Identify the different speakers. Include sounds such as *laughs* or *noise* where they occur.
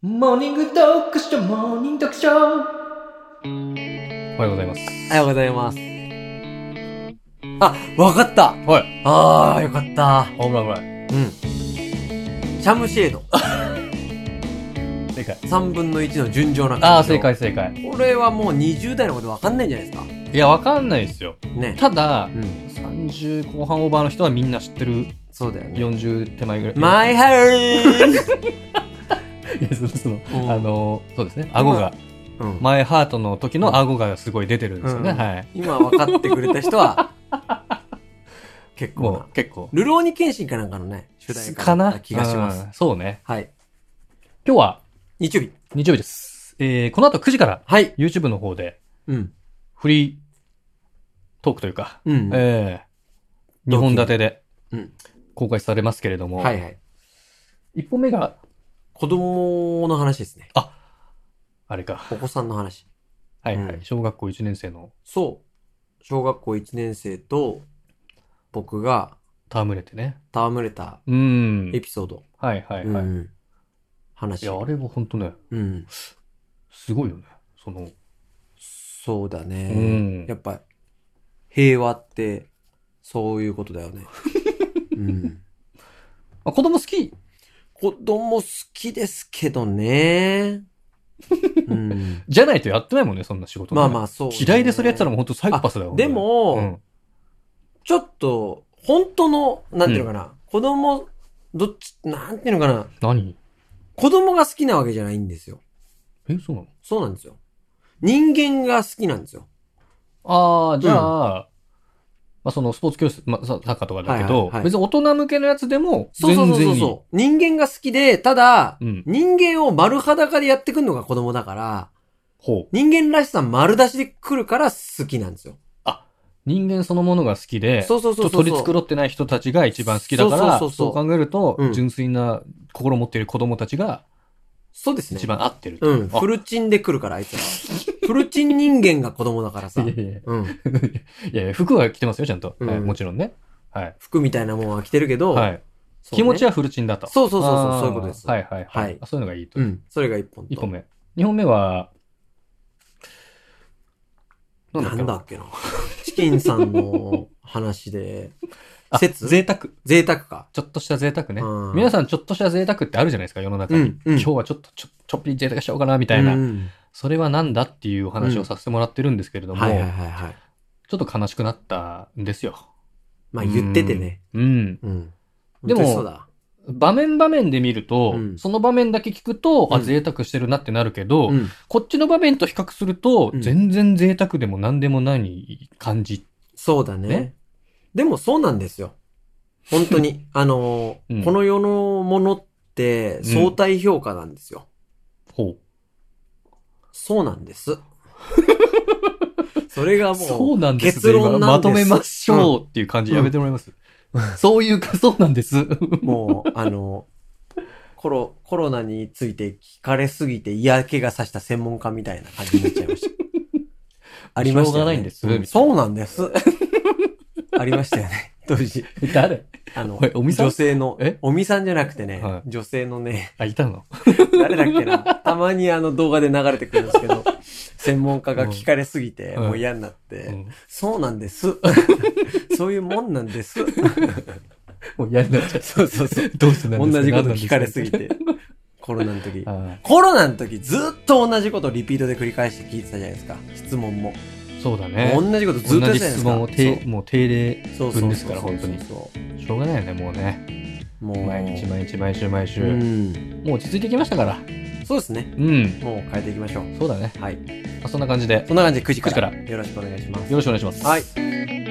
Speaker 1: モーニング読書、モーニング読書。
Speaker 2: おはようございます。
Speaker 1: おはようございます。あ、わかった
Speaker 2: はい。
Speaker 1: あー、よかった。
Speaker 2: あ、危ない危ない。
Speaker 1: うん。シャムシェード。
Speaker 2: 正解。
Speaker 1: 3分の1の純情な感じ。
Speaker 2: ああ、正。解正解。
Speaker 1: これはもう20代のことわかんないんじゃないですか
Speaker 2: いや、わかんないですよ。
Speaker 1: ね。
Speaker 2: ただ、
Speaker 1: うん。
Speaker 2: 30後半オーバーの人はみんな知ってる
Speaker 1: そうだよね。
Speaker 2: 40手前ぐらい。
Speaker 1: マイハー
Speaker 2: いやそのその、
Speaker 1: うん
Speaker 2: あの、そうですね。顎が、
Speaker 1: うん
Speaker 2: マイハートの時の顎がすごい出てるんですよね。
Speaker 1: うん
Speaker 2: はい。
Speaker 1: 今分かってくれた人
Speaker 2: *laughs*
Speaker 1: は、結構
Speaker 2: も
Speaker 1: な
Speaker 2: う。結構。
Speaker 1: ルローニケンシンかなんかのね、主題歌
Speaker 2: か
Speaker 1: だっ
Speaker 2: な
Speaker 1: た気がします。
Speaker 2: うんそうね。
Speaker 1: はい。
Speaker 2: 今日は
Speaker 1: 日曜日。
Speaker 2: 日曜日です。えー、この後9時から
Speaker 1: はい。
Speaker 2: YouTube の方で
Speaker 1: うん。
Speaker 2: フリートークというか、
Speaker 1: うん。
Speaker 2: えー、2本立てで
Speaker 1: うん
Speaker 2: 公開されますけれども、
Speaker 1: はいはい。
Speaker 2: 1本目が、
Speaker 1: 子供の話ですね。
Speaker 2: あれか、
Speaker 1: お子さんの話。
Speaker 2: はいはい、
Speaker 1: うん
Speaker 2: 小学校1年生の
Speaker 1: そう。小学校1年生と僕が
Speaker 2: 戯れてね。
Speaker 1: 戯れた
Speaker 2: うーん
Speaker 1: エ。ピソード。
Speaker 2: はいはいはい。
Speaker 1: うん
Speaker 2: い
Speaker 1: 話。
Speaker 2: や、あれは本当ね、
Speaker 1: うん。
Speaker 2: すごいよね。その、
Speaker 1: そうだ
Speaker 2: う
Speaker 1: ね。
Speaker 2: ん
Speaker 1: や。っぱ、平和って、そういうことだよ
Speaker 2: *laughs*
Speaker 1: ね。うん。
Speaker 2: あ子供好き
Speaker 1: 子供好きですけどね。
Speaker 2: *laughs*
Speaker 1: うん、
Speaker 2: じゃないとやってないもんね、そんな仕事ね、
Speaker 1: まあまあそう、
Speaker 2: 嫌いでそれやってたら
Speaker 1: も
Speaker 2: もう本当サイコパスだよ。
Speaker 1: でも、
Speaker 2: うん、
Speaker 1: ちょっと、本当の、なんていうのかな、子供、どっち、なんていうのかな、
Speaker 2: 何
Speaker 1: 子供が好きなわけじゃないんですよ。
Speaker 2: え、そうなの
Speaker 1: そうなんですよ。人間が好きなんですよ。
Speaker 2: ああ、じゃあ、まあそのスポーツ教室、まあさサッカーとかだ
Speaker 1: はいは
Speaker 2: けど、
Speaker 1: いはい
Speaker 2: 別に大人向けのやつでも
Speaker 1: そう
Speaker 2: 全
Speaker 1: そう
Speaker 2: 然いい。
Speaker 1: そうそう。人間が好きで、ただ、
Speaker 2: うん。
Speaker 1: 人間を丸裸でやってくるのが子供だから、
Speaker 2: ほう。
Speaker 1: 人間らしさ丸出しで来るから好きなんですよ。
Speaker 2: 人間そのものが好きで、
Speaker 1: そうそうそう
Speaker 2: ち
Speaker 1: そ
Speaker 2: ょっ
Speaker 1: う。
Speaker 2: と取り繕ってない人たちが一番好きだか
Speaker 1: そ
Speaker 2: ら、そうう
Speaker 1: そうそうそう
Speaker 2: 考えると、
Speaker 1: うん
Speaker 2: 純粋な心を持っている子供たちが
Speaker 1: そうですね
Speaker 2: 一。番合ってる。
Speaker 1: うん。
Speaker 2: あ
Speaker 1: フルチンで来るから、あいつらは。フルチン人間が子供だからさ
Speaker 2: *laughs* *laughs* い。やいやい
Speaker 1: うん。
Speaker 2: や、いやいや服は着てますよ、ちゃんと。
Speaker 1: うん
Speaker 2: はいもちろんね。はい。
Speaker 1: 服みたいなもんは着てるけど、
Speaker 2: はい。
Speaker 1: そうね
Speaker 2: 気持ちはフルチンだと。
Speaker 1: そうそうそうそう
Speaker 2: あー
Speaker 1: そういうことです
Speaker 2: はいはいは
Speaker 1: はい
Speaker 2: い。あそういうのがいいと。
Speaker 1: うん。それが一本と。
Speaker 2: 一本目。二本目は、な
Speaker 1: な
Speaker 2: んだっけ
Speaker 1: んだっけな。 *laughs* チキンさんの話で、
Speaker 2: あ
Speaker 1: 節
Speaker 2: 贅沢。
Speaker 1: 贅沢か。
Speaker 2: ちょっとした贅沢ね
Speaker 1: うん。
Speaker 2: 皆さんちょっとした贅沢ってあるじゃないですか、世の中に。
Speaker 1: うんうん
Speaker 2: 今日はちょっとちょちょっぴり贅沢しようかな、みたいな。
Speaker 1: うん
Speaker 2: それはなんだっていうお話をさせてもらってるんですけれども、
Speaker 1: はいはいはいはい。
Speaker 2: ちょっと悲しくなったんですよ。
Speaker 1: まあ言っててね。
Speaker 2: うん。
Speaker 1: うん。
Speaker 2: で
Speaker 1: 本
Speaker 2: も
Speaker 1: 当にそうだ。
Speaker 2: 場面場面で見ると、
Speaker 1: うん
Speaker 2: その場面だけ聞くと、
Speaker 1: う
Speaker 2: あ、
Speaker 1: ん
Speaker 2: 贅沢してるなってなるけど、
Speaker 1: うん。
Speaker 2: こっちの場面と比較すると、
Speaker 1: うん
Speaker 2: 全然贅沢でも何でもない感じ。
Speaker 1: そうだね
Speaker 2: ね。
Speaker 1: でもそうなんですよ。本当
Speaker 2: *laughs*
Speaker 1: に。あのー
Speaker 2: うん
Speaker 1: この世のものって相対評価なんですよ。
Speaker 2: ほ
Speaker 1: そうなん
Speaker 2: *laughs*
Speaker 1: です。それが
Speaker 2: う。そ
Speaker 1: も
Speaker 2: う
Speaker 1: う、
Speaker 2: なんです
Speaker 1: 結論なんです
Speaker 2: まとめましょうっていう感じ、
Speaker 1: うん
Speaker 2: やめてもらいます。 *laughs* そういうか、そうなんです。 *laughs*
Speaker 1: もう、あの、コロ、コロナについて聞かれすぎて嫌気がさした専門家みたいな感じになっちゃい
Speaker 2: *laughs*
Speaker 1: ました。ありましたよね。
Speaker 2: しょうがないんです
Speaker 1: うそうなんです。 *laughs* ありましたよね。当時。
Speaker 2: 誰
Speaker 1: あの
Speaker 2: おい、おみさん
Speaker 1: 女性の、
Speaker 2: え
Speaker 1: おみさんじゃなくてね、
Speaker 2: はい
Speaker 1: 女性のね、
Speaker 2: あ、いたの
Speaker 1: 誰だっけな、たまにあの動画で流れてくるんですけど、専門家が聞かれすぎて、
Speaker 2: うん
Speaker 1: もう嫌になって、
Speaker 2: うん
Speaker 1: そうなん
Speaker 2: *laughs*
Speaker 1: です。そういうもんなんです。
Speaker 2: もう嫌になっちゃう。そうそうそう。どうしてな
Speaker 1: 同
Speaker 2: んですか
Speaker 1: じこと聞かれすぎ。て。コロナの時。
Speaker 2: 何なんですか
Speaker 1: コロナの時ずっと同じことをリピートで繰り返して聞いてたじゃないですか。質問も。
Speaker 2: あーそうだね。
Speaker 1: 同じことずっと
Speaker 2: 同
Speaker 1: やっ
Speaker 2: じ
Speaker 1: てたじ
Speaker 2: 質
Speaker 1: ゃな
Speaker 2: 問を
Speaker 1: いです
Speaker 2: て
Speaker 1: か。
Speaker 2: もう定例、
Speaker 1: そうそうそう
Speaker 2: 分ですから
Speaker 1: そうそうそう
Speaker 2: しょうがないよね、もうね。
Speaker 1: もう。
Speaker 2: 毎日毎日毎週毎週。
Speaker 1: うん。
Speaker 2: もう落ち着いてきましたから。
Speaker 1: そうですね。
Speaker 2: うん。
Speaker 1: もう変えていきましょう。
Speaker 2: そうだね。
Speaker 1: はい。
Speaker 2: まあそんな感じで、よ
Speaker 1: そんな感じで9時か。
Speaker 2: 9時からら
Speaker 1: よろしくお願いします。
Speaker 2: ろしくお願いします。
Speaker 1: はい。